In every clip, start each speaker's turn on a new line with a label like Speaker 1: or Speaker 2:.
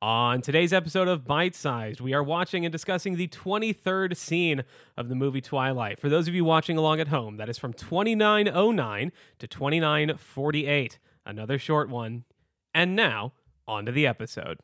Speaker 1: On today's episode of Bite Sized, we are watching and discussing the 23rd scene of the movie Twilight. For those of you watching along at home, that is from 2909 to 2948. Another short one. And now, on to the episode.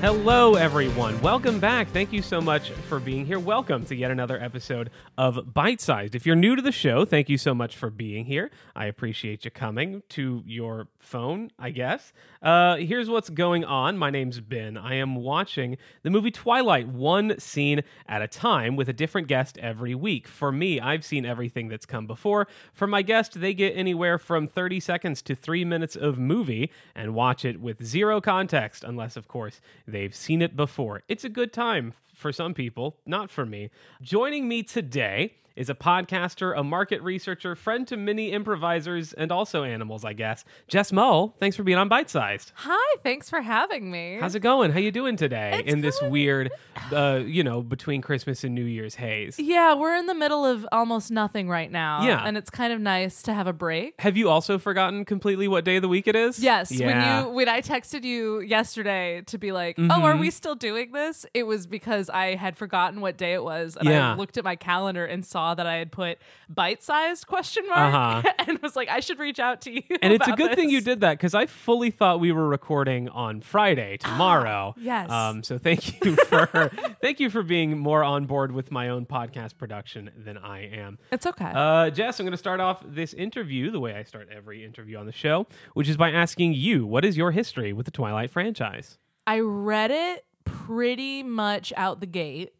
Speaker 1: Hello, everyone. Welcome back. Thank you so much for being here. Welcome to yet another episode of Bite Sized. If you're new to the show, thank you so much for being here. I appreciate you coming to your phone, I guess. Uh, here's what's going on. My name's Ben. I am watching the movie Twilight one scene at a time with a different guest every week. For me, I've seen everything that's come before. For my guest, they get anywhere from 30 seconds to three minutes of movie and watch it with zero context, unless, of course, they've seen it before. It's a good time for some people, not for me. Joining me today is a podcaster, a market researcher, friend to many improvisers, and also animals, I guess. Jess Mull, thanks for being on Bite Sized.
Speaker 2: Hi, thanks for having me.
Speaker 1: How's it going? How you doing today
Speaker 2: It's
Speaker 1: in this
Speaker 2: going-
Speaker 1: weird, uh, you know, between Christmas and New Year's haze?
Speaker 2: yeah, we're in the middle of almost nothing right now.
Speaker 1: Yeah.
Speaker 2: And it's kind of nice to have a break.
Speaker 1: Have you also forgotten completely what day of the week it is?
Speaker 2: Yes,
Speaker 1: Yeah.
Speaker 2: when you when I texted you yesterday to be like, "Oh, are
Speaker 1: Mm-hmm.
Speaker 2: we still doing this?" It was because I had forgotten what day it was and
Speaker 1: Yeah.
Speaker 2: I looked at my calendar and saw that I had put bite-sized question mark
Speaker 1: Uh-huh.
Speaker 2: and was like, "I should reach out to you."
Speaker 1: and it's a
Speaker 2: about
Speaker 1: good thing you
Speaker 2: this."
Speaker 1: did that because I fully thought we were recording on Friday tomorrow.
Speaker 2: yes.
Speaker 1: Um, so thank you for thank you for being more on board with my own podcast production than I am.
Speaker 2: It's okay.
Speaker 1: Uh, Jess, I'm going to start off this interview the way I start every interview on the show, which is by asking you, what is your history with the Twilight franchise?
Speaker 2: I read it pretty much out the gate.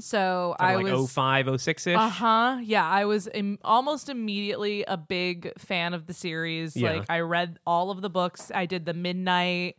Speaker 2: So I
Speaker 1: Mm-hmm. like "Oh,
Speaker 2: was
Speaker 1: 05, 06 ish.
Speaker 2: Uh huh. Yeah, I was Im- almost immediately a big fan of the series.
Speaker 1: Yeah.
Speaker 2: Like, I read all of the books. I did the midnight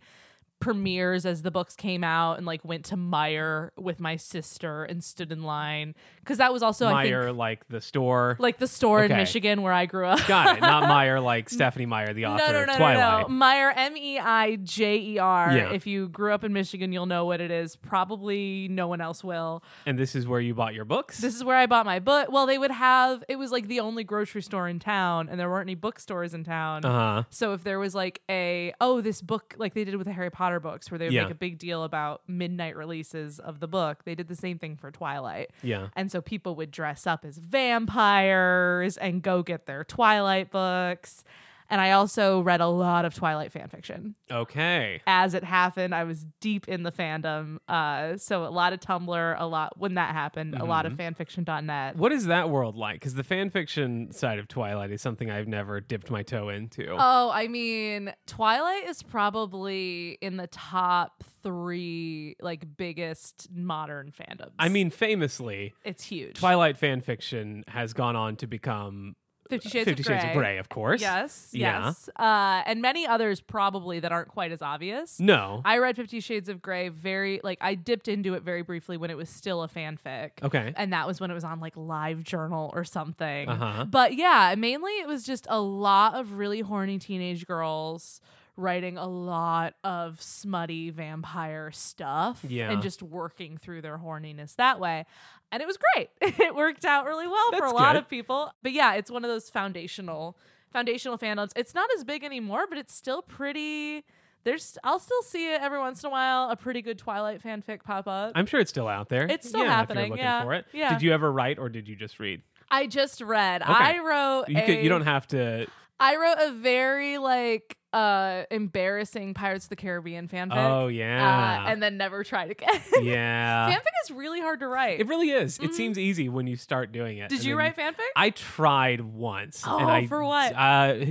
Speaker 2: premieres as the books came out, and like went to Meyer with my sister and stood in line because that was also I
Speaker 1: Meyer,
Speaker 2: think
Speaker 1: like the store.
Speaker 2: like the store in
Speaker 1: Okay.
Speaker 2: Michigan where I grew up.
Speaker 1: Got it. Not Meyer, like Stephanie Meyer, the author
Speaker 2: No, no,
Speaker 1: of
Speaker 2: no, no,
Speaker 1: Twilight.
Speaker 2: no. Meyer, M E I J E R.
Speaker 1: Yeah.
Speaker 2: If you grew up in Michigan, you'll know what it is. Probably no one else will.
Speaker 1: And this is where you bought your books.
Speaker 2: This is where I bought my book. Well, they would have it was like the only grocery store in town, and there weren't any bookstores in town.
Speaker 1: uh-huh.
Speaker 2: So if there was like a oh this book like they did with the Harry Potter books where they would
Speaker 1: Yeah.
Speaker 2: make a big deal about midnight releases of the book, they did the same thing for Twilight.
Speaker 1: Yeah.
Speaker 2: And so people would dress up as vampires and go get their Twilight books. And I also read a lot of Twilight fan fiction
Speaker 1: Okay.
Speaker 2: as it happened. I was deep in the fandom. Uh, so a lot of Tumblr, a lot when that happened, a lot of
Speaker 1: Mm-hmm.
Speaker 2: fanfiction.net.
Speaker 1: What is that world like? Because the fan fiction side of Twilight is something I've never dipped my toe into.
Speaker 2: Oh, I mean, Twilight is probably in the top three like biggest modern fandoms.
Speaker 1: I mean, famously,
Speaker 2: it's huge.
Speaker 1: Twilight fan fiction has gone on to become
Speaker 2: Fifty Shades,
Speaker 1: Fifty
Speaker 2: of, Grey.
Speaker 1: Shades of Grey, of course.
Speaker 2: Yes,
Speaker 1: Yeah.
Speaker 2: yes, uh, and many others probably that aren't quite as obvious.
Speaker 1: No.
Speaker 2: I read Fifty Shades of Grey very like I dipped into it very briefly when it was still a fanfic.
Speaker 1: okay.
Speaker 2: and that was when it was on like live journal or something
Speaker 1: Uh-huh.
Speaker 2: but yeah mainly it was just a lot of really horny teenage girls writing a lot of smutty vampire stuff
Speaker 1: Yeah.
Speaker 2: and just working through their horniness that way and it was great it worked out really well for
Speaker 1: That's
Speaker 2: a lot
Speaker 1: good.
Speaker 2: of people but yeah it's one of those foundational foundational fandoms it's not as big anymore but it's still pretty there's i'll still see it every once in a while a pretty good twilight fanfic pop up
Speaker 1: I'm sure it's still out there.
Speaker 2: It's still
Speaker 1: yeah, If
Speaker 2: happening,
Speaker 1: you're looking
Speaker 2: yeah,
Speaker 1: for it.
Speaker 2: yeah.
Speaker 1: Did you ever write or did you just read?
Speaker 2: I just read.
Speaker 1: Okay.
Speaker 2: I wrote.
Speaker 1: You
Speaker 2: a,
Speaker 1: could, you don't have to.
Speaker 2: I wrote a very like uh embarrassing Pirates of the Caribbean fanfic.
Speaker 1: Oh
Speaker 2: Uh,
Speaker 1: yeah.
Speaker 2: and then never tried again.
Speaker 1: yeah.
Speaker 2: fanfic is really hard to write.
Speaker 1: It really is. It seems easy when you start doing it.
Speaker 2: Mm-hmm. Did
Speaker 1: and
Speaker 2: you
Speaker 1: then
Speaker 2: write fanfic?
Speaker 1: I tried once.
Speaker 2: Oh,
Speaker 1: and I,
Speaker 2: for what?
Speaker 1: Uh,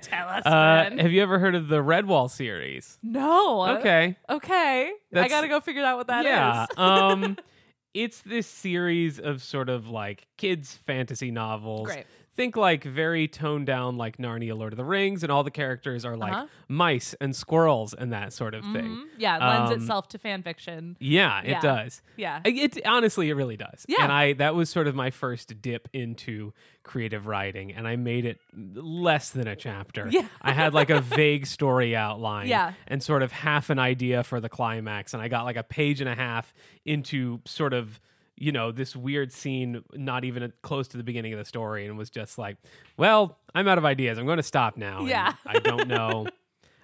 Speaker 2: Tell us,
Speaker 1: uh,
Speaker 2: man.
Speaker 1: have you ever heard of the Redwall series?
Speaker 2: no.
Speaker 1: Okay.
Speaker 2: Okay. I
Speaker 1: That's-
Speaker 2: gotta go figure out what that is.
Speaker 1: yeah. um, it's this series of sort of like kids' fantasy novels
Speaker 2: Great.
Speaker 1: think like very toned down, like Narnia, Lord of the Rings, and all the characters are like
Speaker 2: Uh-huh.
Speaker 1: mice and squirrels and that sort of thing.
Speaker 2: Mhm. Yeah, it lends
Speaker 1: Um,
Speaker 2: itself to fan fiction.
Speaker 1: Yeah, it
Speaker 2: Yeah.
Speaker 1: does.
Speaker 2: Yeah.
Speaker 1: I- It honestly, it really does.
Speaker 2: Yeah.
Speaker 1: And I that was sort of my first dip into creative writing, and I made it less than a chapter.
Speaker 2: Yeah.
Speaker 1: I had like a vague story outline.
Speaker 2: Yeah.
Speaker 1: And sort of half an idea for the climax, and I got like a page and a half into sort of you know this weird scene not even close to the beginning of the story and was just like well i'm out of ideas i'm going to stop now and
Speaker 2: Yeah.
Speaker 1: i don't know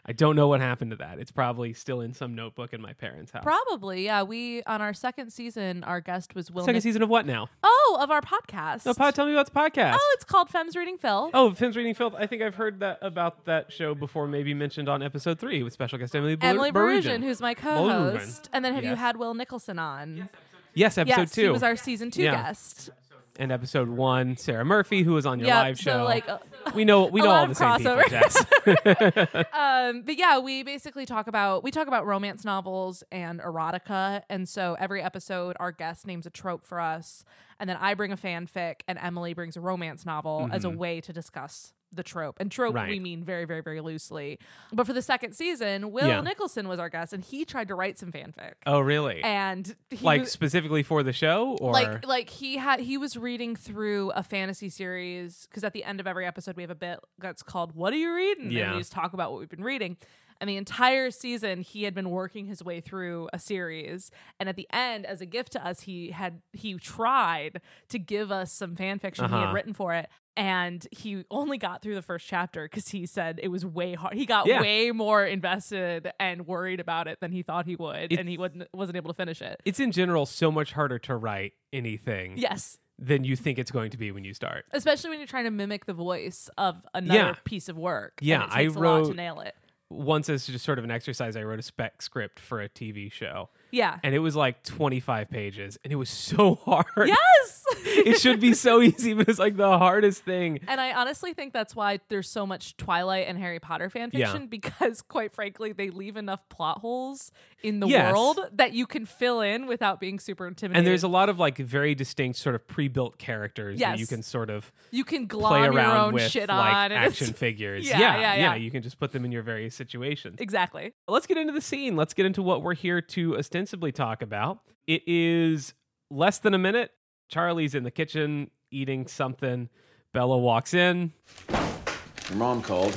Speaker 1: i don't know what happened to that it's probably still in some notebook in my parents house
Speaker 2: Probably, yeah. We on our second season, our guest was Will.
Speaker 1: Second
Speaker 2: Nic-
Speaker 1: season of what now?
Speaker 2: oh, of our podcast.
Speaker 1: No, pod, tell me about the podcast.
Speaker 2: oh, it's called Femmes Reading Phil.
Speaker 1: Oh, Finn's Reading Filth. I think I've heard that about that show before, maybe mentioned on episode three with special guest Emily Bel-
Speaker 2: Emily
Speaker 1: Barugian.
Speaker 2: Barugian, who's my co-host, and then have you
Speaker 1: Yes.
Speaker 2: had Will Nicholson on? Yes,
Speaker 1: Yes, episode two.
Speaker 2: he was our season two
Speaker 1: Yeah.
Speaker 2: guest.
Speaker 1: and episode one, Sarah Murphy, who was on your
Speaker 2: Yeah,
Speaker 1: live
Speaker 2: so,
Speaker 1: show.
Speaker 2: like, uh,
Speaker 1: we know we
Speaker 2: a
Speaker 1: know
Speaker 2: lot
Speaker 1: all
Speaker 2: of
Speaker 1: the same people,
Speaker 2: crossover.
Speaker 1: Jess.
Speaker 2: Um, but yeah, we basically talk about we talk about romance novels and erotica, and so every episode our guest names a trope for us, and then I bring a fanfic, and Emily brings a romance novel as a way to discuss the trope. And trope
Speaker 1: Mm-hmm. Right.
Speaker 2: we mean very, very, very loosely. But for the second season, Will
Speaker 1: Yeah.
Speaker 2: Nicholson was our guest, and he tried to write some fanfic,
Speaker 1: oh, really?
Speaker 2: and he
Speaker 1: like
Speaker 2: was-
Speaker 1: specifically for the show, or
Speaker 2: like like he had he was reading through a fantasy series because at the end of every episode we have a bit that's called what are you reading and
Speaker 1: Yeah.
Speaker 2: we just talk about what we've been reading and the entire season he had been working his way through a series and at the end as a gift to us he had he tried to give us some fan fiction he
Speaker 1: Uh-huh.
Speaker 2: had written for it and he only got through the first chapter because he said it was way hard. He got
Speaker 1: Yeah.
Speaker 2: way more invested and worried about it than he thought he would,
Speaker 1: It-
Speaker 2: and he wasn't wasn't able to finish it.
Speaker 1: it's in general so much harder to write anything
Speaker 2: Yes,
Speaker 1: than you think it's going to be when you start.
Speaker 2: especially when you're trying to mimic the voice of another
Speaker 1: Yeah.
Speaker 2: piece of work.
Speaker 1: Yeah,
Speaker 2: and it takes
Speaker 1: I
Speaker 2: a lot to
Speaker 1: wrote-
Speaker 2: nail it.
Speaker 1: Once, as just sort of an exercise, I wrote a spec script for a TV show.
Speaker 2: Yeah.
Speaker 1: and it was like 25 pages and it was so hard
Speaker 2: yes.
Speaker 1: it should be so easy but it's like the hardest thing
Speaker 2: and I honestly think that's why there's so much Twilight and Harry Potter fan
Speaker 1: Yeah.
Speaker 2: fiction because, quite frankly, they leave enough plot holes in the
Speaker 1: Yes.
Speaker 2: world that you can fill in without being super intimidated.
Speaker 1: and there's a lot of like very distinct sort of pre-built characters that you
Speaker 2: Yes.
Speaker 1: can sort of
Speaker 2: you can glom
Speaker 1: play
Speaker 2: your
Speaker 1: around
Speaker 2: own
Speaker 1: with
Speaker 2: shit
Speaker 1: like
Speaker 2: on and it's-
Speaker 1: action figures
Speaker 2: Yeah,
Speaker 1: yeah,
Speaker 2: yeah, yeah.
Speaker 1: you can just put them in your various situations
Speaker 2: Exactly.
Speaker 1: let's get into the scene let's get into what we're here to ostensibly talk about it is less than a minute charlie's in the kitchen eating something bella walks in
Speaker 3: Your mom called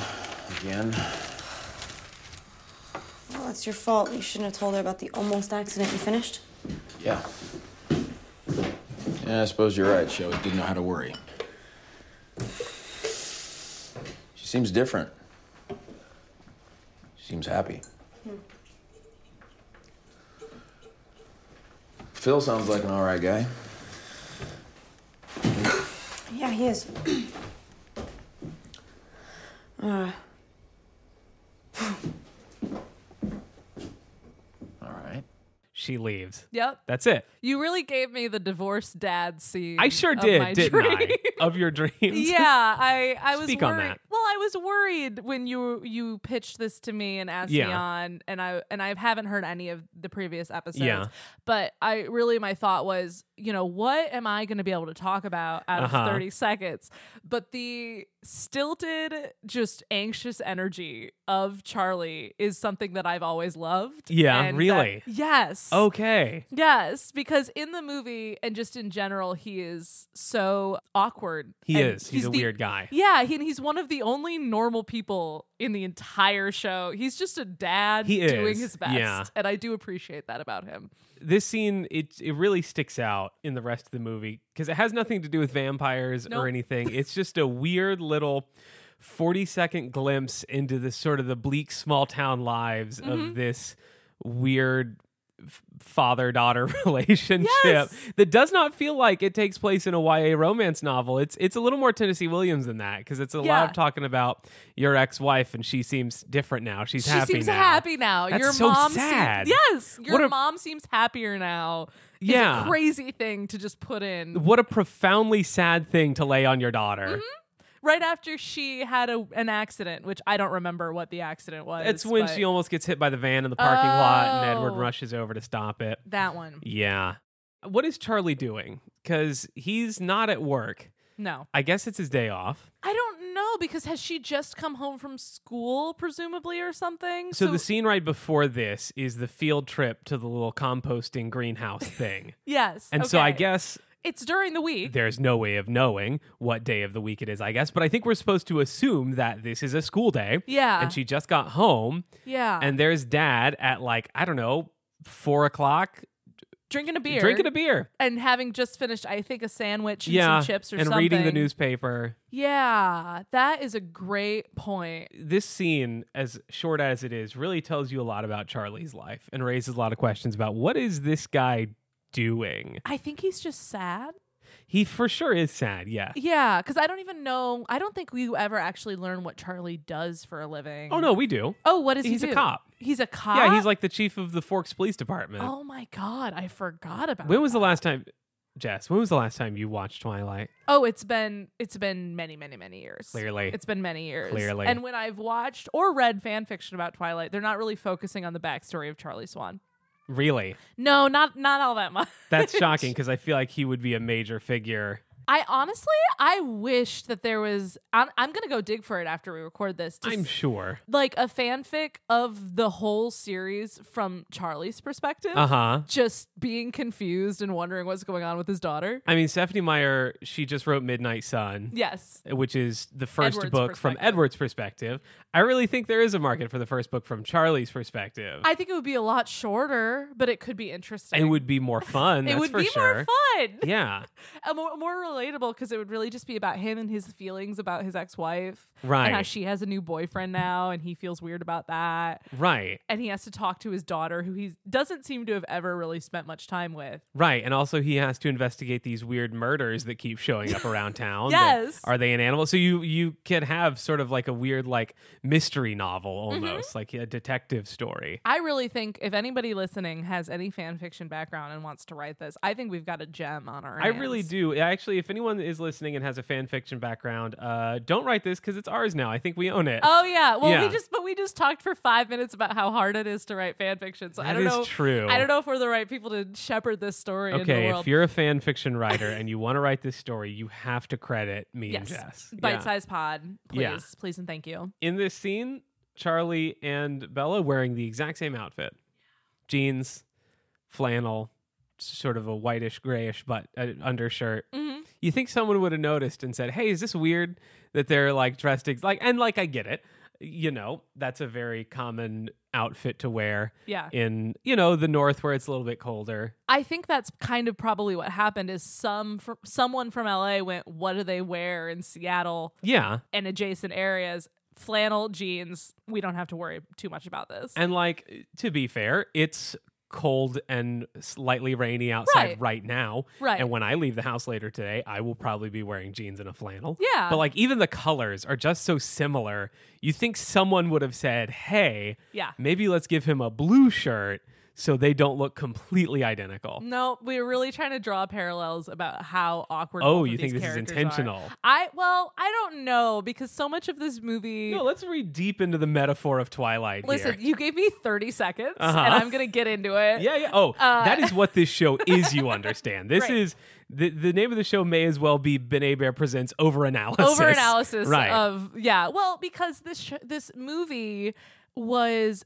Speaker 3: again.
Speaker 4: Well, Oh, it's your fault. You shouldn't have told her about the almost accident you finished.
Speaker 3: Yeah. Yeah, I suppose you're right. She always didn't know how to worry. She seems different. She seems happy. Phil sounds like an all right guy.
Speaker 4: Yeah, he is. uh,
Speaker 3: All right.
Speaker 1: she leaves
Speaker 2: Yep.
Speaker 1: that's it
Speaker 2: You really gave me the divorced dad scene.
Speaker 1: I sure
Speaker 2: of my
Speaker 1: did, didn't
Speaker 2: dream.
Speaker 1: I? Of your dreams.
Speaker 2: yeah, I I was
Speaker 1: Speak on
Speaker 2: worried.
Speaker 1: that.
Speaker 2: Well, I was worried when you you pitched this to me and asked me
Speaker 1: Yeah.
Speaker 2: on, and I and I haven't heard any of the previous episodes.
Speaker 1: Yeah.
Speaker 2: But I really my thought was, you know, what am I going to be able to talk about out
Speaker 1: Uh-huh.
Speaker 2: of thirty seconds? But the stilted, just anxious energy of Charlie is something that I've always loved.
Speaker 1: Yeah,
Speaker 2: and that-
Speaker 1: really? Oh,
Speaker 2: yes.
Speaker 1: Okay.
Speaker 2: Yes, because in the movie and just in general, he is so awkward.
Speaker 1: He
Speaker 2: And
Speaker 1: is. He's, a
Speaker 2: the-
Speaker 1: weird guy.
Speaker 2: Yeah, he, and he's one of the only normal people in the entire show. He's just a dad
Speaker 1: He
Speaker 2: doing
Speaker 1: is,
Speaker 2: his best,
Speaker 1: yeah.
Speaker 2: and I do appreciate that about him.
Speaker 1: This scene, it it really sticks out in the rest of the movie because it has nothing to do with vampires or
Speaker 2: Nope.
Speaker 1: anything. It's just a weird little forty second glimpse into the sort of the bleak small town lives
Speaker 2: Mm-hmm.
Speaker 1: of this weird father daughter relationship
Speaker 2: Yes.
Speaker 1: that does not feel like it takes place in a YA romance novel. It's it's a little more Tennessee Williams than that because it's a lot
Speaker 2: Yeah.
Speaker 1: of talking about your ex wife and she seems different now. She's
Speaker 2: She
Speaker 1: happy
Speaker 2: seems
Speaker 1: now.
Speaker 2: happy now.
Speaker 1: That's
Speaker 2: your
Speaker 1: so
Speaker 2: mom
Speaker 1: sad.
Speaker 2: Seems, yes, your
Speaker 1: What a-
Speaker 2: mom seems happier now. It's
Speaker 1: Yeah.
Speaker 2: a crazy thing to just put in
Speaker 1: What a profoundly sad thing to lay on your
Speaker 2: Mm-hmm.
Speaker 1: daughter.
Speaker 2: right after she had a, an accident, which I don't remember what the accident was.
Speaker 1: It's when
Speaker 2: but
Speaker 1: she almost gets hit by the van in the parking lot and Edward
Speaker 2: Oh.
Speaker 1: rushes over to stop it.
Speaker 2: that one.
Speaker 1: Yeah. What is Charlie doing? Because he's not at work.
Speaker 2: No.
Speaker 1: I guess it's his day off.
Speaker 2: I don't know because has she just come home from school, presumably, or something?
Speaker 1: So, the scene right before this is the field trip to the little composting greenhouse thing.
Speaker 2: yes.
Speaker 1: And so I
Speaker 2: okay.
Speaker 1: guess
Speaker 2: it's during the week.
Speaker 1: there's no way of knowing what day of the week it is, I guess. But I think we're supposed to assume that this is a school day.
Speaker 2: Yeah. Uh.
Speaker 1: And she just got home.
Speaker 2: yeah.
Speaker 1: And there's dad at like, I don't know, four o'clock
Speaker 2: drinking a beer.
Speaker 1: drinking a beer.
Speaker 2: and having just finished, I think, a sandwich and
Speaker 1: yeah.
Speaker 2: some chips or
Speaker 1: and
Speaker 2: something.
Speaker 1: reading the newspaper.
Speaker 2: Yeah, that is a great point.
Speaker 1: This scene, as short as it is, really tells you a lot about Charlie's life and raises a lot of questions about what is this guy doing?
Speaker 2: I think he's just sad.
Speaker 1: He for sure is sad, yeah.
Speaker 2: Yeah, because I don't even know. I don't think we ever actually learn what Charlie does for a living.
Speaker 1: Oh no, we do.
Speaker 2: Oh, what does
Speaker 1: He's
Speaker 2: he
Speaker 1: a
Speaker 2: do?
Speaker 1: cop.
Speaker 2: He's a cop.
Speaker 1: Yeah, he's like the chief of the Forks Police Department.
Speaker 2: Oh my god, I forgot about.
Speaker 1: When was the
Speaker 2: that.
Speaker 1: last time, Jess? When was the last time you watched Twilight?
Speaker 2: Oh, it's been it's been many many many years.
Speaker 1: Clearly.
Speaker 2: it's been many years.
Speaker 1: Clearly.
Speaker 2: and when I've watched or read fan fiction about Twilight, they're not really focusing on the backstory of Charlie Swan.
Speaker 1: Really?
Speaker 2: No, not not all that much.
Speaker 1: That's shocking because I feel like he would be a major figure.
Speaker 2: I honestly, I wish that there was. I'm, I'm gonna go dig for it after we record this. to
Speaker 1: I'm
Speaker 2: s-
Speaker 1: sure.
Speaker 2: like a fanfic of the whole series from Charlie's perspective,
Speaker 1: Uh huh.
Speaker 2: just being confused and wondering what's going on with his daughter.
Speaker 1: I mean, Stephanie Meyer, she just wrote Midnight Sun.
Speaker 2: Yes,
Speaker 1: Which is the first
Speaker 2: Edward's
Speaker 1: book from
Speaker 2: perspective.
Speaker 1: Edward's perspective. I really think there is a market for the first book from Charlie's perspective.
Speaker 2: I think it would be a lot shorter, but it could be interesting.
Speaker 1: it would be more fun.
Speaker 2: It
Speaker 1: that's
Speaker 2: would
Speaker 1: for
Speaker 2: be
Speaker 1: sure.
Speaker 2: more fun,
Speaker 1: Yeah.
Speaker 2: And more, more relatable because it would really just be about him and his feelings about his ex-wife, And how
Speaker 1: Right.
Speaker 2: she has a new boyfriend now, and he feels weird about that.
Speaker 1: Right.
Speaker 2: and he has to talk to his daughter who he doesn't seem to have ever really spent much time with.
Speaker 1: Right. And also he has to investigate these weird murders that keep showing up around town.
Speaker 2: Yes.
Speaker 1: That- are they an animal? So you you can have sort of like a weird like mystery novel
Speaker 2: Mm-hmm.
Speaker 1: almost, like a detective story.
Speaker 2: I really think if anybody listening has any fan fiction background and wants to write this, I think we've got a gem on our
Speaker 1: I
Speaker 2: hands.
Speaker 1: really do. Actually, if anyone is listening and has a fan fiction background, uh, don't write this because it's ours now. I think we own it.
Speaker 2: Oh yeah. Well,
Speaker 1: Yeah.
Speaker 2: we just but we just talked for 5 minutes about how hard it is to write fan fiction. So I
Speaker 1: That
Speaker 2: don't
Speaker 1: is
Speaker 2: know
Speaker 1: true.
Speaker 2: I don't know if we're the right people to shepherd this story into the
Speaker 1: okay,
Speaker 2: world.
Speaker 1: if you're a fan fiction writer and you want to write this story, you have to credit me
Speaker 2: yes.
Speaker 1: and Jess. Yeah.
Speaker 2: Bite size pod, please.
Speaker 1: Yeah.
Speaker 2: Please and thank you.
Speaker 1: In this scene, Charlie and Bella wearing the exact same outfit jeans, flannel, sort of a whitish, grayish but uh, undershirt.
Speaker 2: Mm-hmm.
Speaker 1: You think someone would have noticed and said, Hey, is this weird that they're like dressed ex-? like, and like, I get it. You know, that's a very common outfit to wear
Speaker 2: Yeah.
Speaker 1: in, you know, the north where it's a little bit colder.
Speaker 2: I think that's kind of probably what happened is some fr- someone from LA went what do they wear in Seattle?
Speaker 1: Yeah.
Speaker 2: and adjacent areas flannel jeans we don't have to worry too much about this
Speaker 1: And like to be fair, it's cold and slightly rainy outside right,
Speaker 2: Right.
Speaker 1: now.
Speaker 2: Right.
Speaker 1: And when I leave the house later today, I will probably be wearing jeans and a flannel.
Speaker 2: Yeah.
Speaker 1: But like even the colors are just so similar. You think someone would have said, "Hey,
Speaker 2: Yeah.
Speaker 1: maybe let's give him a blue shirt so they don't look completely identical."
Speaker 2: no we were really trying to draw parallels about how awkward
Speaker 1: Oh,
Speaker 2: both of
Speaker 1: you think
Speaker 2: these
Speaker 1: this is
Speaker 2: characters
Speaker 1: intentional?
Speaker 2: are. i well i don't know because so much of this movie
Speaker 1: No, let's read deep into the metaphor of Twilight
Speaker 2: listen
Speaker 1: here.
Speaker 2: you gave me 30 seconds
Speaker 1: Uh-huh.
Speaker 2: and i'm gonna get into it
Speaker 1: Yeah, yeah. Oh, that is what this show is. You understand? This
Speaker 2: Uh, Right.
Speaker 1: is the the name of the show may as well be Benet Bear presents over analysis.
Speaker 2: over analysis
Speaker 1: right?
Speaker 2: of yeah well because this sh- this movie was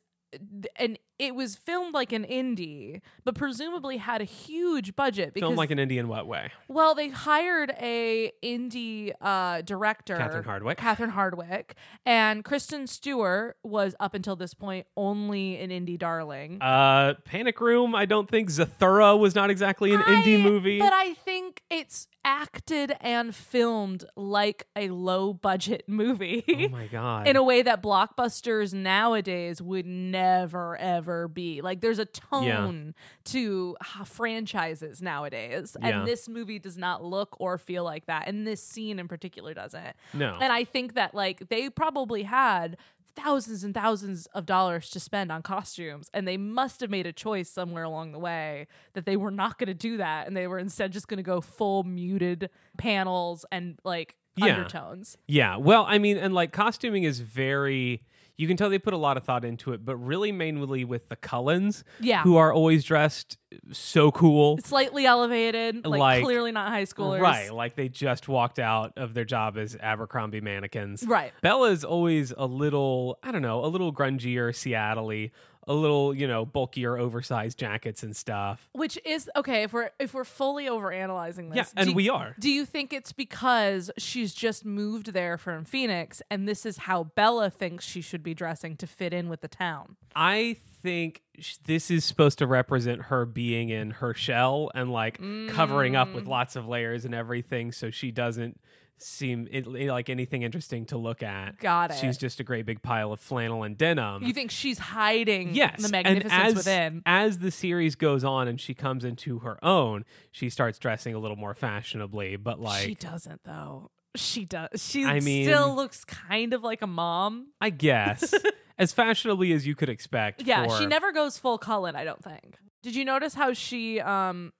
Speaker 2: and it was filmed like an indie but presumably had a huge budget because
Speaker 1: Film like an Indian what way?
Speaker 2: Well, they hired a indie uh, director,
Speaker 1: Catherine Hardwicke.
Speaker 2: Catherine Hardwick, and Kristen Stewart was up until this point only an indie darling.
Speaker 1: Uh, Panic Room. I don't think Zathura was not exactly an
Speaker 2: I-
Speaker 1: indie movie.
Speaker 2: but I think it's acted and filmed like a low budget movie.
Speaker 1: oh my god!
Speaker 2: in a way that blockbusters nowadays would never ever be like there's a tone to h- franchises nowadays and
Speaker 1: Yeah.
Speaker 2: this movie does not look or feel like that and this scene in particular doesn't
Speaker 1: No.
Speaker 2: and i think that like they probably had thousands and thousands of dollars to spend on costumes and they must have made a choice somewhere along the way that they were not going to do that and they were instead just going to go full muted panels and like
Speaker 1: Yeah.
Speaker 2: undertones
Speaker 1: yeah. Well, I mean, and like costuming is very. you can tell they put a lot of thought into it, but really mainly with the Cullens,
Speaker 2: Yeah.
Speaker 1: who are always dressed so cool.
Speaker 2: Slightly elevated, like,
Speaker 1: Like-
Speaker 2: clearly not high schoolers.
Speaker 1: Right, like they just walked out of their job as Abercrombie mannequins.
Speaker 2: Right.
Speaker 1: Bella's always a little, I don't know, a little grungier, Seattle-y, a little, you know, bulkier, oversized jackets and stuff.
Speaker 2: Which is okay if we're if we're fully overanalyzing this.
Speaker 1: Yeah, and
Speaker 2: do-
Speaker 1: we are.
Speaker 2: Do you think it's because she's just moved there from Phoenix and this is how Bella thinks she should be dressing to fit in with the town?
Speaker 1: I think sh- this is supposed to represent her being in her shell and like covering up
Speaker 2: Mm.
Speaker 1: with lots of layers and everything so she doesn't seem it, like anything interesting to look at.
Speaker 2: Got
Speaker 1: She's
Speaker 2: it.
Speaker 1: just a great big pile of flannel and denim.
Speaker 2: You think she's hiding
Speaker 1: yes.
Speaker 2: the
Speaker 1: and
Speaker 2: magnificence
Speaker 1: as,
Speaker 2: within?
Speaker 1: as the series goes on and she comes into her own, she starts dressing a little more fashionably, but like
Speaker 2: she doesn't though. She does. She
Speaker 1: I mean-
Speaker 2: still looks kind of like a mom.
Speaker 1: I guess as fashionably as you could expect.
Speaker 2: Yeah, she
Speaker 1: for-
Speaker 2: never goes full Cullen, I don't think. Did you notice how she um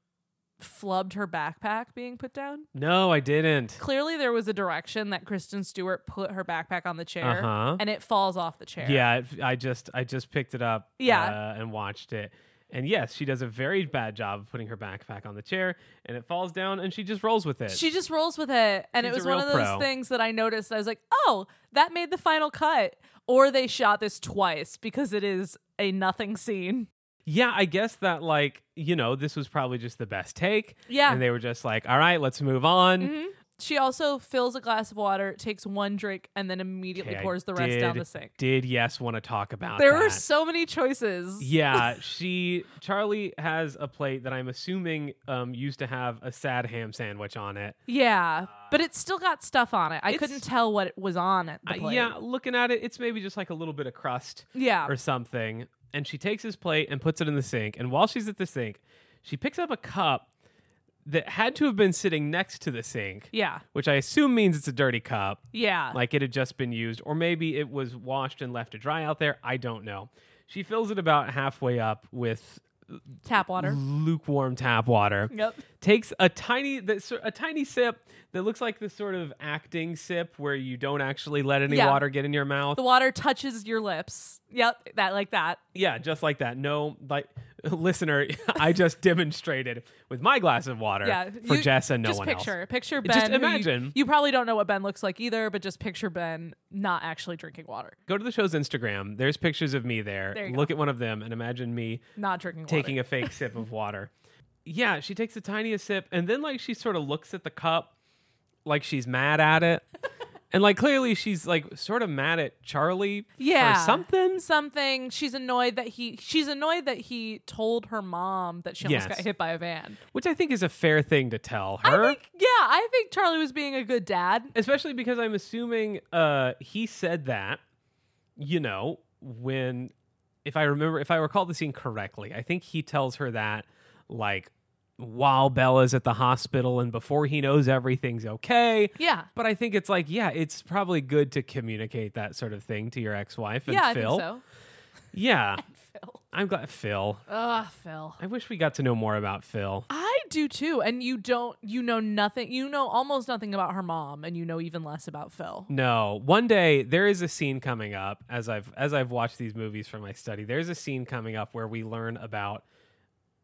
Speaker 2: flubbed her backpack being put down?
Speaker 1: No, I didn't.
Speaker 2: Clearly there was a direction that Kristen Stewart put her backpack on the chair
Speaker 1: Uh-huh.
Speaker 2: and it falls off the chair.
Speaker 1: Yeah, it- I just I just picked it up.
Speaker 2: Yeah.
Speaker 1: uh, and watched it. And yes, she does a very bad job of putting her backpack on the chair, and it falls down, and she just rolls with it.
Speaker 2: She just rolls with it and
Speaker 1: She's
Speaker 2: it
Speaker 1: a
Speaker 2: was one
Speaker 1: real
Speaker 2: of those
Speaker 1: pro.
Speaker 2: things that I noticed. I was like, "Oh, that made the final cut." Or they shot this twice because it is a nothing scene.
Speaker 1: yeah, I guess that like you know this was probably just the best take.
Speaker 2: Yeah. Mm-hmm.
Speaker 1: and they were just like, all right, let's move on.
Speaker 2: She also fills a glass of water, takes one drink, and then immediately
Speaker 1: Okay, I
Speaker 2: pours the rest down
Speaker 1: did-
Speaker 2: the sink.
Speaker 1: Did yes want to talk about
Speaker 2: There
Speaker 1: that.
Speaker 2: were so many choices.
Speaker 1: yeah, she Charlie has a plate that I'm assuming um, used to have a sad ham sandwich on it.
Speaker 2: Yeah, but it's still got stuff on it. I couldn't tell what it was on it.
Speaker 1: Uh, yeah, looking at it, it's maybe just like a little bit of crust.
Speaker 2: Yeah.
Speaker 1: or something. And she takes his plate and puts it in the sink. And while she's at the sink, she picks up a cup that had to have been sitting next to the sink.
Speaker 2: Yeah.
Speaker 1: Which I assume means it's a dirty cup.
Speaker 2: Yeah.
Speaker 1: Like it had just been used, or maybe it was washed and left to dry out there. I don't know. She fills it about halfway up with
Speaker 2: tap water.
Speaker 1: mm. lukewarm tap water.
Speaker 2: Yep.
Speaker 1: Takes a tiny that sor- a tiny sip that looks like the sort of acting sip where you don't actually let any
Speaker 2: Yeah.
Speaker 1: water get in your mouth.
Speaker 2: The water touches your lips. Yep, that like that.
Speaker 1: Yeah, just like that. No, like listener, I just demonstrated with my glass of water
Speaker 2: Yeah,
Speaker 1: for
Speaker 2: you-
Speaker 1: Jess and no
Speaker 2: just
Speaker 1: one
Speaker 2: picture,
Speaker 1: else.
Speaker 2: Picture Ben.
Speaker 1: Just
Speaker 2: who you-
Speaker 1: imagine.
Speaker 2: You, probably don't know what Ben looks like either, but just picture Ben not actually drinking water,
Speaker 1: Go to the show's Instagram. There's pictures of me there.
Speaker 2: There you
Speaker 1: Look at one of them and imagine me
Speaker 2: not drinking
Speaker 1: taking
Speaker 2: water.
Speaker 1: a fake sip of water. Yeah, she takes the tiniest sip and then like she sort of looks at the cup like she's mad at it. and like clearly she's like sort of mad at Charlie
Speaker 2: Yeah.
Speaker 1: for something.
Speaker 2: Something she's annoyed that he she's annoyed that he told her mom that she almost
Speaker 1: Yes.
Speaker 2: got hit by a van.
Speaker 1: Which I think is a fair thing to tell
Speaker 2: I
Speaker 1: her.
Speaker 2: think yeah, I think Charlie was being a good dad.
Speaker 1: especially because I'm assuming uh, he said that, you know, when if I remember if I recall the scene correctly, I think he tells her that like while Bella's at the hospital and before he knows everything's okay.
Speaker 2: Yeah.
Speaker 1: But I think it's like, yeah, it's probably good to communicate that sort of thing to your ex-wife and
Speaker 2: Yeah, I
Speaker 1: Phil.
Speaker 2: think so.
Speaker 1: Yeah.
Speaker 2: Phil.
Speaker 1: I'm glad Phil.
Speaker 2: Ugh, Phil.
Speaker 1: I wish we got to know more about Phil.
Speaker 2: I do too. And you don't, you know nothing, you know almost nothing about her mom, and you know even less about Phil.
Speaker 1: No. One day there is a scene coming up as I've as I've watched these movies for my study. There's a scene coming up where we learn about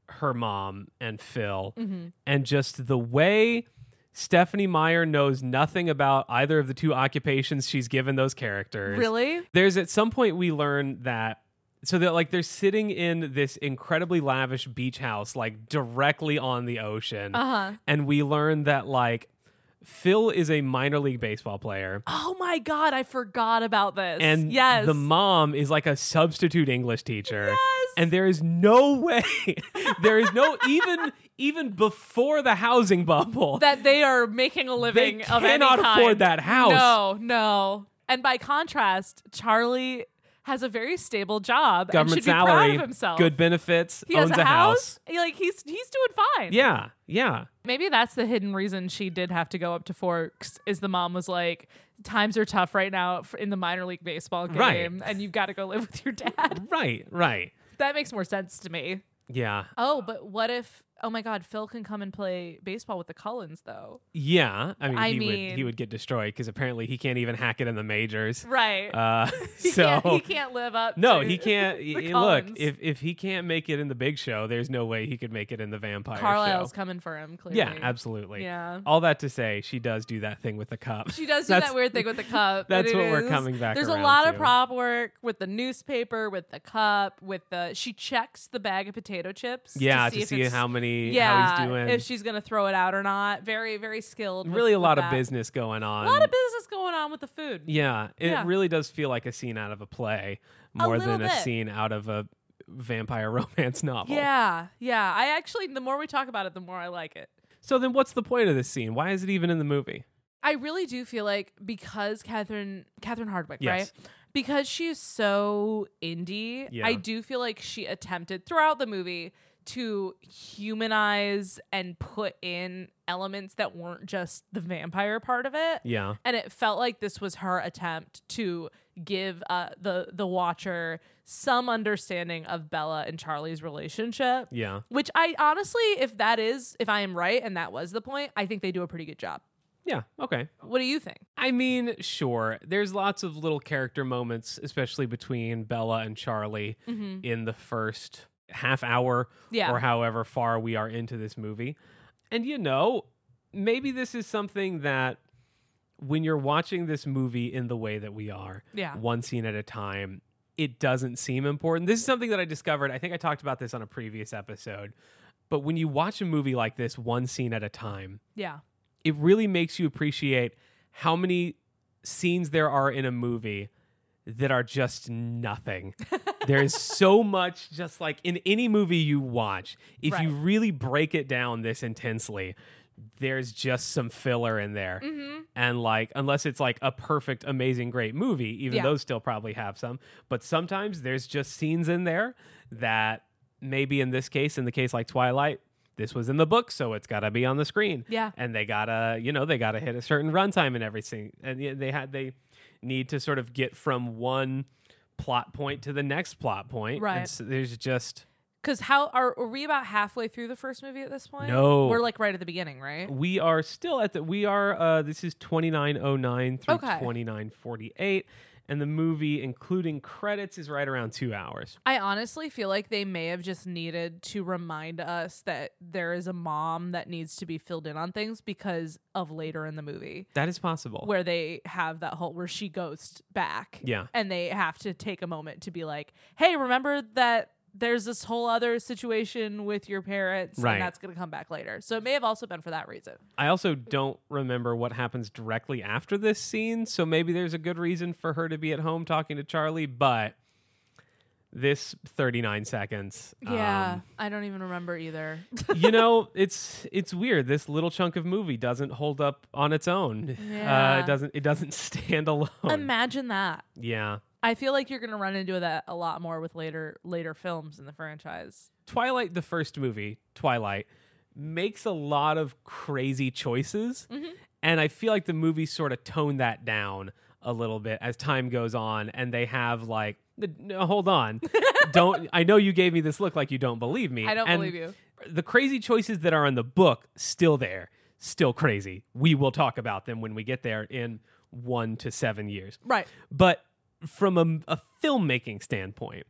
Speaker 1: her mom and Phil
Speaker 2: Mm-hmm.
Speaker 1: and just the way Stephanie Meyer knows nothing about either of the two occupations she's given those characters.
Speaker 2: Really?
Speaker 1: There's at some point we learn that so that like they're sitting in this incredibly lavish beach house like directly on the ocean.
Speaker 2: Uh-huh.
Speaker 1: And we learn that like Phil is a minor league baseball player.
Speaker 2: Oh my God, I forgot about this.
Speaker 1: And
Speaker 2: yes.
Speaker 1: the mom is like a substitute English teacher.
Speaker 2: Yes.
Speaker 1: And there is no way, there is no even even before the housing bubble.
Speaker 2: that they are making a living of any
Speaker 1: cannot
Speaker 2: kind.
Speaker 1: afford that house.
Speaker 2: No, no. And by contrast, Charlie has a very stable job
Speaker 1: government
Speaker 2: and should be
Speaker 1: salary,
Speaker 2: proud of himself.
Speaker 1: good benefits,
Speaker 2: He
Speaker 1: owns
Speaker 2: has a, house. Like he's he's doing fine.
Speaker 1: Yeah, yeah.
Speaker 2: Maybe that's the hidden reason she did have to go up to Forks is the mom was like, times are tough right now f- in the minor league baseball game,
Speaker 1: Right.
Speaker 2: and you've got to go live with your dad.
Speaker 1: Right, right.
Speaker 2: that makes more sense to me.
Speaker 1: Yeah.
Speaker 2: Oh, but what if oh my God, Phil can come and play baseball with the Cullens though.
Speaker 1: Yeah, I mean,
Speaker 2: I
Speaker 1: he would he
Speaker 2: mean-
Speaker 1: would get destroyed because apparently he can't even hack it in the majors.
Speaker 2: Right.
Speaker 1: Uh,
Speaker 2: he,
Speaker 1: so
Speaker 2: can't, he can't live up.
Speaker 1: no,
Speaker 2: to
Speaker 1: he can't.
Speaker 2: the
Speaker 1: y- look,
Speaker 2: Cullens.
Speaker 1: if if he can't make it in the Big Show, there's no way he could make it in the Vampire
Speaker 2: Carlisle's
Speaker 1: Show.
Speaker 2: coming for him, clearly.
Speaker 1: yeah, absolutely.
Speaker 2: Yeah.
Speaker 1: All that to say, she does do that thing with the cup.
Speaker 2: She does do
Speaker 1: That's-
Speaker 2: that weird thing with the cup.
Speaker 1: that's
Speaker 2: and it
Speaker 1: what we're
Speaker 2: is-
Speaker 1: coming back
Speaker 2: There's
Speaker 1: around
Speaker 2: a lot
Speaker 1: to.
Speaker 2: of prop work with the newspaper, with the cup, with the. She checks the bag of potato chips.
Speaker 1: Yeah,
Speaker 2: to see,
Speaker 1: to
Speaker 2: if
Speaker 1: see
Speaker 2: it's-
Speaker 1: how many
Speaker 2: Yeah,
Speaker 1: how he's doing.
Speaker 2: if she's gonna throw it out or not. Very, very skilled. with-
Speaker 1: really a
Speaker 2: with
Speaker 1: lot of
Speaker 2: that.
Speaker 1: business going on.
Speaker 2: A lot of business going on with the food.
Speaker 1: Yeah, it
Speaker 2: Yeah.
Speaker 1: really does feel like a scene out of a play more
Speaker 2: little
Speaker 1: than a
Speaker 2: bit.
Speaker 1: scene out of a vampire romance novel.
Speaker 2: Yeah, yeah. I actually, the more we talk about it, the more I like it.
Speaker 1: So then what's the point of this scene? Why is it even in the movie?
Speaker 2: I really do feel like because Catherine Catherine Hardwick,
Speaker 1: Yes.
Speaker 2: right? Because she is so indie,
Speaker 1: Yeah.
Speaker 2: I do feel like she attempted throughout the movie to humanize and put in elements that weren't just the vampire part of it.
Speaker 1: Yeah.
Speaker 2: And it felt like this was her attempt to give uh, the the watcher some understanding of Bella and Charlie's relationship.
Speaker 1: Yeah.
Speaker 2: Which I honestly, if that is, if I am right and that was the point, I think they do a pretty good job.
Speaker 1: Yeah. Okay.
Speaker 2: What do you think?
Speaker 1: I mean, sure. There's lots of little character moments, especially between Bella and Charlie in the first half hour
Speaker 2: Mm-hmm. Yeah.
Speaker 1: or however far we are into this movie. And you know, maybe this is something that when you're watching this movie in the way that we are,
Speaker 2: Yeah.
Speaker 1: one scene at a time, it doesn't seem important. This is something that I discovered. I think I talked about this on a previous episode. But when you watch a movie like this, one scene at a time,
Speaker 2: Yeah.
Speaker 1: it really makes you appreciate how many scenes there are in a movie that are just nothing. There's so much just like in any movie you watch, if you
Speaker 2: Right.
Speaker 1: really break it down this intensely, there's just some filler in there.
Speaker 2: Mm-hmm.
Speaker 1: And like unless it's like a perfect amazing great movie, even
Speaker 2: Yeah.
Speaker 1: those still probably have some, but sometimes there's just scenes in there that maybe in this case in the case like Twilight this was in the book, so it's got to be on the screen
Speaker 2: Yeah.
Speaker 1: and they gotta you know they gotta hit a certain runtime and everything and yeah, they had they need to sort of get from one plot point to the next plot point and
Speaker 2: Right.
Speaker 1: so there's just
Speaker 2: Because how are, are we about halfway through the first movie at this point?
Speaker 1: No.
Speaker 2: We're like right at the beginning, right?
Speaker 1: we are still at the we are uh this is 2909 through
Speaker 2: Okay.
Speaker 1: 2948 and the movie including credits is right around two hours
Speaker 2: I honestly feel like they may have just needed to remind us that there is a mom that needs to be filled in on things because of later in the movie
Speaker 1: that is possible
Speaker 2: where they have that whole where she goes back.
Speaker 1: Yeah.
Speaker 2: And they have to take a moment to be like, hey, remember that there's this whole other situation with your parents
Speaker 1: Right.
Speaker 2: and that's going to come back later. So it may have also been for that reason.
Speaker 1: I also don't remember what happens directly after this scene, so maybe there's a good reason for her to be at home talking to Charlie, but this 39 seconds. um,
Speaker 2: I don't even remember either.
Speaker 1: you know, it's it's weird. This little chunk of movie doesn't hold up on its own. Uh,
Speaker 2: Yeah.
Speaker 1: it doesn't it doesn't stand alone.
Speaker 2: Imagine that.
Speaker 1: yeah.
Speaker 2: I feel like you're gonna run into that a lot more with later later films in the franchise.
Speaker 1: Twilight, the first movie, Twilight, makes a lot of crazy choices.
Speaker 2: Mm-hmm.
Speaker 1: And I feel like the movie sort of toned that down a little bit as time goes on. And they have like, "N- no, hold on. don't, I know you gave me this look like you don't believe me.
Speaker 2: I don't
Speaker 1: And
Speaker 2: believe you.
Speaker 1: The crazy choices that are in the book, still there, still crazy. We will talk about them when we get there in one to seven years.
Speaker 2: Right.
Speaker 1: But from a, a filmmaking standpoint,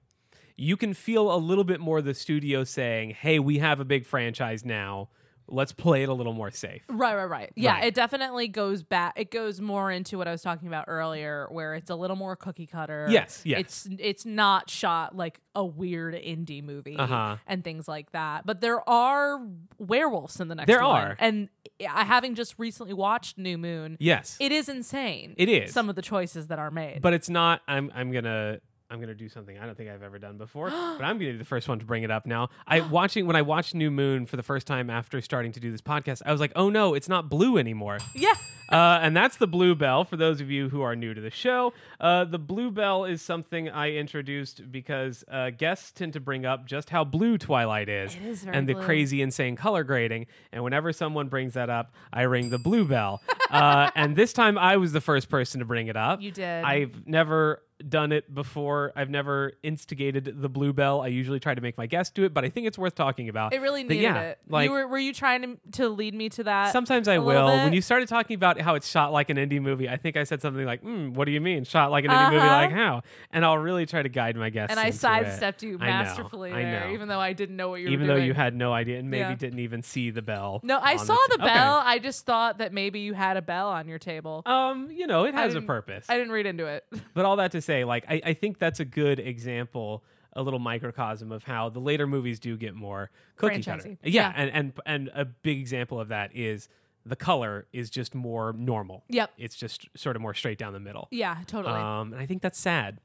Speaker 1: you can feel a little bit more the studio saying, hey, we have a big franchise now. Let's play it a little more safe.
Speaker 2: Right, right, right. Yeah,
Speaker 1: Right.
Speaker 2: it definitely goes back. It goes more into what I was talking about earlier, where it's a little more cookie cutter.
Speaker 1: Yes, yes.
Speaker 2: It's it's not shot like a weird indie movie
Speaker 1: Uh-huh.
Speaker 2: and things like that. But there are werewolves in the next.
Speaker 1: There
Speaker 2: one.
Speaker 1: are.
Speaker 2: and I having just recently watched New Moon,
Speaker 1: Yes.
Speaker 2: it is insane.
Speaker 1: It is.
Speaker 2: some of the choices that are made.
Speaker 1: but it's not, I'm, I'm going to. I'm gonna do something I don't think I've ever done before, but I'm gonna be the first one to bring it up now. I watching when I watched New Moon for the first time after starting to do this podcast, I was like, oh no, it's not blue anymore.
Speaker 2: yeah.
Speaker 1: uh, and that's the blue bell for those of you who are new to the show uh, the blue bell is something i introduced because uh, guests tend to bring up just how blue twilight is,
Speaker 2: It is very
Speaker 1: and the
Speaker 2: blue.
Speaker 1: crazy insane color grading and whenever someone brings that up i ring the blue bell uh, and this time i was the first person to bring it up
Speaker 2: You did.
Speaker 1: i've never done it before. I've never instigated the blue bell. I usually try to make my guests do it, but I think it's worth talking about.
Speaker 2: It really
Speaker 1: But
Speaker 2: needed
Speaker 1: yeah,
Speaker 2: it.
Speaker 1: Like
Speaker 2: you were, were you trying to, to lead me to that?
Speaker 1: sometimes I
Speaker 2: a little
Speaker 1: will.
Speaker 2: bit?
Speaker 1: When you started talking about how it's shot like an indie movie, I think I said something like, mm, "What do you mean shot like an indie movie?
Speaker 2: Uh-huh.
Speaker 1: Like how?" And I'll really try to guide my guests.
Speaker 2: and I
Speaker 1: into it.
Speaker 2: sidestepped you
Speaker 1: I know,
Speaker 2: masterfully
Speaker 1: I
Speaker 2: there,
Speaker 1: know.
Speaker 2: even though I didn't know what you
Speaker 1: even
Speaker 2: were
Speaker 1: though
Speaker 2: doing.
Speaker 1: you had no idea and maybe
Speaker 2: Yeah.
Speaker 1: didn't even see the bell.
Speaker 2: no, I
Speaker 1: on
Speaker 2: saw
Speaker 1: t-
Speaker 2: the,
Speaker 1: Okay.
Speaker 2: bell. I just thought that maybe you had a bell on your table.
Speaker 1: Um, you know, it
Speaker 2: I
Speaker 1: has a
Speaker 2: didn't-
Speaker 1: purpose.
Speaker 2: I didn't read into it.
Speaker 1: but all that to say, like, I, I think that's a good example, a little microcosm of how the later movies do get more cookie cutter.
Speaker 2: Franchisey.
Speaker 1: Yeah,
Speaker 2: Yeah.
Speaker 1: and and and a big example of that is the color is just more normal.
Speaker 2: Yep.
Speaker 1: it's just sort of more straight down the middle.
Speaker 2: yeah, totally.
Speaker 1: Um, and I think that's sad.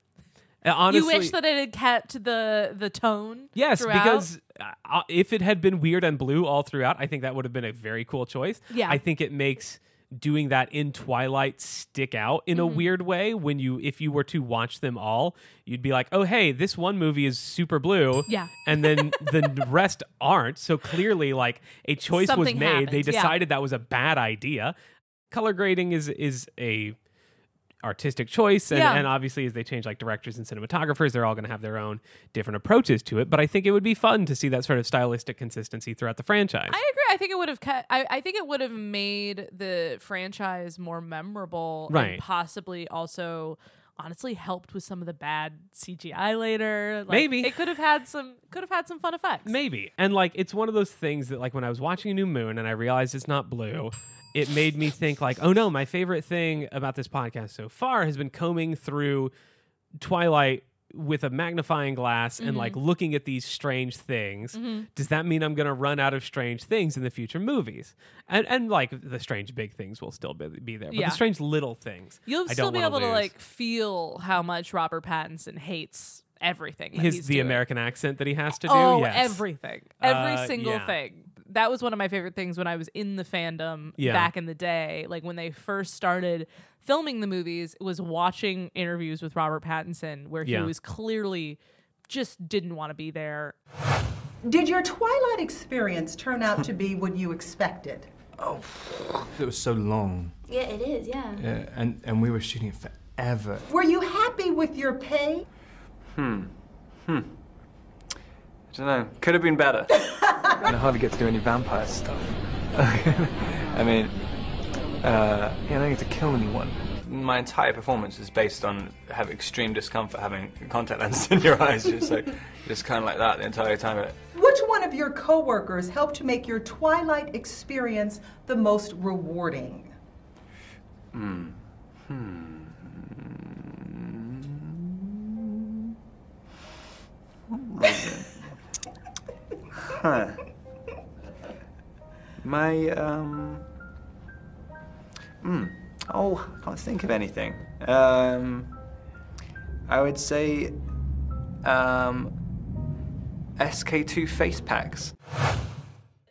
Speaker 1: Uh, Honestly,
Speaker 2: you wish that it had kept the the tone.
Speaker 1: Yes,
Speaker 2: throughout.
Speaker 1: because uh, if it had been weird and blue all throughout, I think that would have been a very cool choice.
Speaker 2: Yeah.
Speaker 1: I think it makes doing that in Twilight stick out in a
Speaker 2: Mm-hmm.
Speaker 1: weird way. When you, if you were to watch them all, you'd be like, oh hey, this one movie is super blue,
Speaker 2: Yeah.
Speaker 1: and then the rest aren't. So clearly, like a choice was
Speaker 2: Something
Speaker 1: made. they
Speaker 2: happened, yeah.
Speaker 1: decided that was a bad idea. Color grading is is a artistic choice and,
Speaker 2: Yeah.
Speaker 1: and obviously as they change like directors and cinematographers they're all going to have their own different approaches to it but i think it would be fun to see that sort of stylistic consistency throughout the franchise
Speaker 2: I agree. I think it would have kept. I, I think it would have made the franchise more memorable,
Speaker 1: Right.
Speaker 2: And possibly also, honestly, helped with some of the bad CGI later. Like,
Speaker 1: Maybe.
Speaker 2: it could have had some could have had some fun effects.
Speaker 1: maybe and like it's one of those things that like when i was watching new moon and i realized it's not blue it made me think like oh no my favorite thing about this podcast so far has been combing through twilight with a magnifying glass and like
Speaker 2: Mm-hmm.
Speaker 1: looking at these strange things does that mean i'm going to run out of strange things in the future movies and and like the strange big things will still be, be there but
Speaker 2: Yeah.
Speaker 1: the strange little things
Speaker 2: You'll
Speaker 1: I
Speaker 2: still
Speaker 1: don't
Speaker 2: be
Speaker 1: wanna
Speaker 2: able to
Speaker 1: lose.
Speaker 2: like feel how much Robert Pattinson hates everything. That
Speaker 1: his
Speaker 2: he's
Speaker 1: the
Speaker 2: doing.
Speaker 1: american accent that he has to do
Speaker 2: Oh,
Speaker 1: yes
Speaker 2: everything, every
Speaker 1: Uh,
Speaker 2: single
Speaker 1: yeah.
Speaker 2: thing. That was one of my favorite things when I was in the fandom
Speaker 1: Yeah.
Speaker 2: back in the day. Like when they first started filming the movies, was watching interviews with Robert Pattinson where
Speaker 1: Yeah.
Speaker 2: he was clearly just didn't want to be there.
Speaker 5: Did your Twilight experience turn out to be what you expected?
Speaker 6: It was so long,
Speaker 7: Yeah, it is, yeah.
Speaker 6: uh, and and we were shooting it forever.
Speaker 5: Were you happy with your pay?
Speaker 8: I don't know. Could have been better. and I hardly get to do any vampire stuff. I mean, uh, yeah, I don't get to kill anyone. My entire performance is based on have extreme discomfort having contact lenses in your eyes. Just like, just kind of like that the entire time.
Speaker 5: Which one of your coworkers helped to make your Twilight experience the most rewarding?
Speaker 8: My um. Hmm. Oh, I can't think of anything. Um. I would say. Um. SK2 face packs.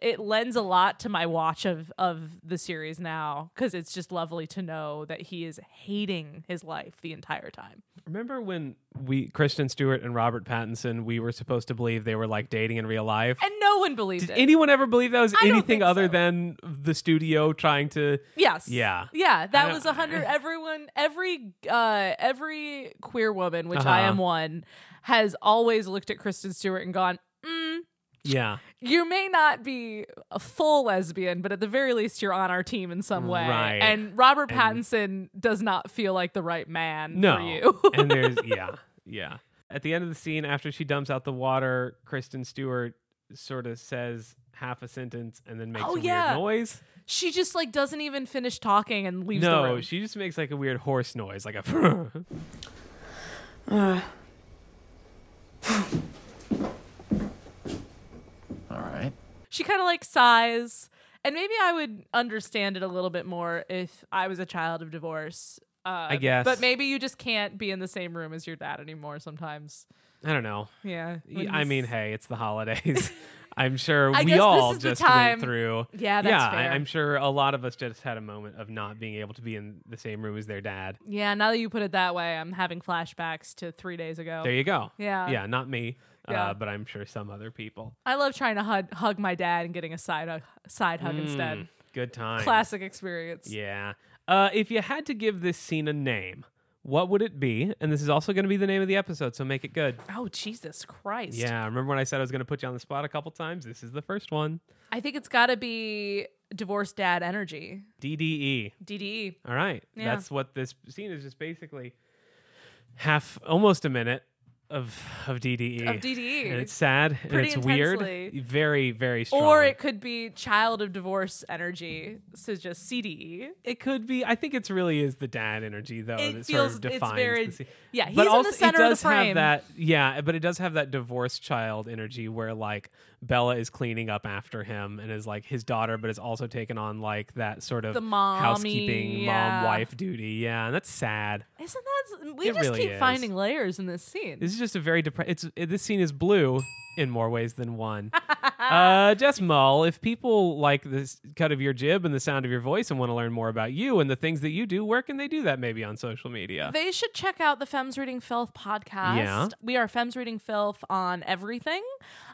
Speaker 2: It lends a lot to my watch of of the series now because it's just lovely to know that he is hating his life the entire time.
Speaker 1: Remember when we Kristen Stewart and Robert Pattinson we were supposed to believe they were like dating in real life?
Speaker 2: And no one believed
Speaker 1: Did
Speaker 2: it.
Speaker 1: anyone ever believe that was
Speaker 2: I don't
Speaker 1: anything
Speaker 2: think
Speaker 1: other
Speaker 2: so.
Speaker 1: than the studio trying to
Speaker 2: Yes.
Speaker 1: Yeah.
Speaker 2: Yeah.
Speaker 1: I
Speaker 2: That
Speaker 1: don't-
Speaker 2: was a hundred. Everyone, every uh, every queer woman, which
Speaker 1: Uh-huh.
Speaker 2: I am one, has always looked at Kristen Stewart and gone, mm,
Speaker 1: Yeah.
Speaker 2: "You may not be a full lesbian, but at the very least, you're on our team in some way."
Speaker 1: Right.
Speaker 2: And Robert Pattinson does not feel like the right man
Speaker 1: No.
Speaker 2: for you.
Speaker 1: and there's yeah. Yeah. At the end of the scene after she dumps out the water, Kristen Stewart sort of says half a sentence and then makes
Speaker 2: Oh,
Speaker 1: a
Speaker 2: yeah.
Speaker 1: weird noise.
Speaker 2: she just like doesn't even finish talking and leaves the
Speaker 1: No,
Speaker 2: room.
Speaker 1: she just makes like a weird horse noise, like a
Speaker 4: Uh,
Speaker 3: All right.
Speaker 2: she kind of like sighs and maybe i would understand it a little bit more if i was a child of divorce uh,
Speaker 1: I guess.
Speaker 2: but maybe you just can't be in the same room as your dad anymore sometimes
Speaker 1: I don't know.
Speaker 2: yeah
Speaker 1: Y- I mean, hey, it's the holidays. I'm sure
Speaker 2: I
Speaker 1: we
Speaker 2: guess this
Speaker 1: all
Speaker 2: is the
Speaker 1: just
Speaker 2: time-
Speaker 1: went through.
Speaker 2: Yeah, that's
Speaker 1: yeah.
Speaker 2: fair.
Speaker 1: I, am sure a lot of us just had a moment of not being able to be in the same room as their dad.
Speaker 2: yeah now that you put it that way i'm having flashbacks to three days ago
Speaker 1: There you go.
Speaker 2: Yeah.
Speaker 1: yeah, not me, uh,
Speaker 2: Yeah.
Speaker 1: but I'm sure some other people.
Speaker 2: i love trying to hug, hug my dad and getting a side hug, side hug
Speaker 1: Mm.
Speaker 2: instead
Speaker 1: Good time.
Speaker 2: classic experience
Speaker 1: Yeah. Uh, if you had to give this scene a name, What would it be? And this is also going to be the name of the episode, so make it good.
Speaker 2: Oh, Jesus Christ.
Speaker 1: Yeah, remember when I said I was going to put you on the spot a couple times? This is the first one.
Speaker 2: I think it's got to be divorced dad energy. E.
Speaker 1: DDE.
Speaker 2: DDE.
Speaker 1: All right.
Speaker 2: Yeah.
Speaker 1: That's what this scene is just basically half almost a minute of of DDE.
Speaker 2: Of DDE.
Speaker 1: And it's sad and
Speaker 2: Pretty
Speaker 1: it's
Speaker 2: intensely.
Speaker 1: weird. Very very strong.
Speaker 2: Or it could be child of divorce energy. So just CDE.
Speaker 1: it could be I think it's really is the dad energy though
Speaker 2: It
Speaker 1: that
Speaker 2: feels-
Speaker 1: Oh, sort of
Speaker 2: it's
Speaker 1: defines
Speaker 2: very-
Speaker 1: the scene.
Speaker 2: yeah, he's
Speaker 1: but
Speaker 2: in the
Speaker 1: also,
Speaker 2: center
Speaker 1: it
Speaker 2: of the
Speaker 1: does have
Speaker 2: frame.
Speaker 1: that yeah, but it does have that divorced child energy where like Bella is cleaning up after him and is like his daughter but is also taken on like that sort of
Speaker 2: The mommy,
Speaker 1: housekeeping
Speaker 2: yeah.
Speaker 1: mom wife duty. Yeah, and that's sad.
Speaker 2: Isn't that? We
Speaker 1: It
Speaker 2: just
Speaker 1: really
Speaker 2: keep
Speaker 1: is.
Speaker 2: finding layers in this scene.
Speaker 1: This is just a very depressing. It's it, this scene is blue in more ways than one. uh, Jess Mull, if people like this cut of your jib and the sound of your voice and want to learn more about you and the things that you do, where can they do that? Maybe on social media.
Speaker 2: They should check out the Femmes Reading Filth podcast.
Speaker 1: Yeah.
Speaker 2: We are Femmes Reading Filth on everything.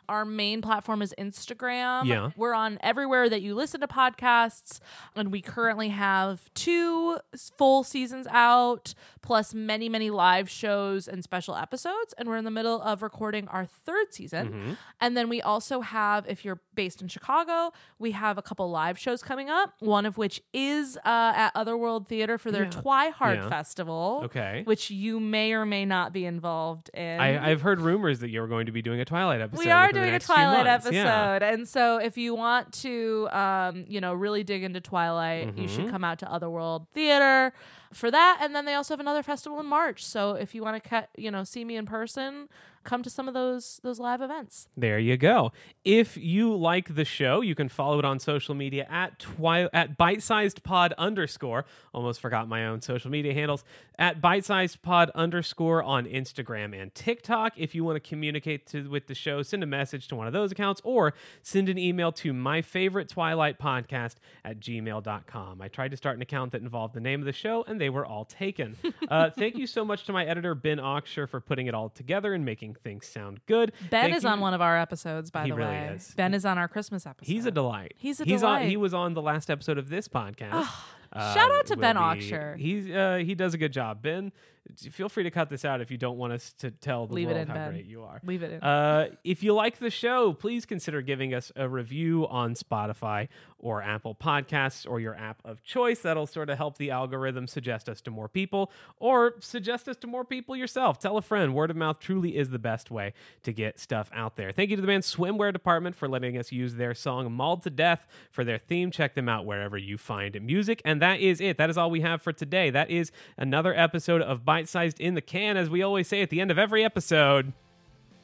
Speaker 2: Our main platform is Instagram.
Speaker 1: Yeah.
Speaker 2: We're on everywhere that you listen to podcasts. And we currently have two s- full seasons out, plus many, many live shows and special episodes. And we're in the middle of recording our third season.
Speaker 1: Mm-hmm.
Speaker 2: And then we also have, if you're based in Chicago, we have a couple live shows coming up, one of which is uh, at Otherworld Theater for their Twihard
Speaker 1: Yeah.
Speaker 2: Festival.
Speaker 1: Okay.
Speaker 2: Which you may or may not be involved in.
Speaker 1: I, I've heard rumors that you were going to be doing a Twilight episode.
Speaker 2: we are
Speaker 1: within the
Speaker 2: doing a
Speaker 1: next few
Speaker 2: Twilight
Speaker 1: months.
Speaker 2: episode.
Speaker 1: Yeah.
Speaker 2: And so if you want to um, you know, really dig into Twilight, you
Speaker 1: Mm-hmm.
Speaker 2: should come out to Otherworld Theater for that. And then they also have another festival in March. So if you want to cut you know, see me in person, come to some of those those live events.
Speaker 1: There you go. If you like the show, you can follow it on social media at twi- at bitesized pod underscore. Almost forgot my own social media handles at bitesized pod underscore on Instagram and TikTok. If you want to communicate to, with the show, send a message to one of those accounts or send an email to my favorite Twilight podcast at gmail.com. I tried to start an account that involved the name of the show and they were all taken. uh, thank you so much to my editor, Ben Auksher, for putting it all together and making things sound good.
Speaker 2: Ben
Speaker 1: Thank
Speaker 2: is
Speaker 1: you-
Speaker 2: on one of our episodes, by
Speaker 1: He
Speaker 2: the
Speaker 1: really
Speaker 2: way.
Speaker 1: is.
Speaker 2: Ben is on our Christmas episode.
Speaker 1: He's a delight.
Speaker 2: He's a
Speaker 1: On,
Speaker 2: delight.
Speaker 1: he was on the last episode of this podcast. Uh,
Speaker 2: shout out to
Speaker 1: will
Speaker 2: Ben
Speaker 1: be-
Speaker 2: Auksher.
Speaker 1: He's uh, he does a good job. Ben, feel free to cut this out if you don't want us to tell the
Speaker 2: Leave it
Speaker 1: world
Speaker 2: in,
Speaker 1: how
Speaker 2: Ben.
Speaker 1: great you are.
Speaker 2: Leave it in.
Speaker 1: Uh, if you like the show, please consider giving us a review on Spotify or Apple Podcasts or your app of choice. That'll sort of help the algorithm suggest us to more people or suggest us to more people yourself. Tell a friend. Word of mouth truly is the best way to get stuff out there. Thank you to the band Swimwear Department for letting us use their song Mauled to Death for their theme. Check them out wherever you find music. And that is it. That is all we have for today. That is another episode of Bite Sized in the Can, as we always say at the end of every episode.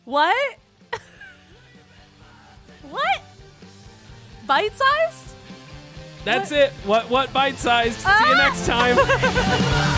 Speaker 2: What? what? Bite sized?
Speaker 1: That's it. What what bite sized? See you next time.
Speaker 4: uh,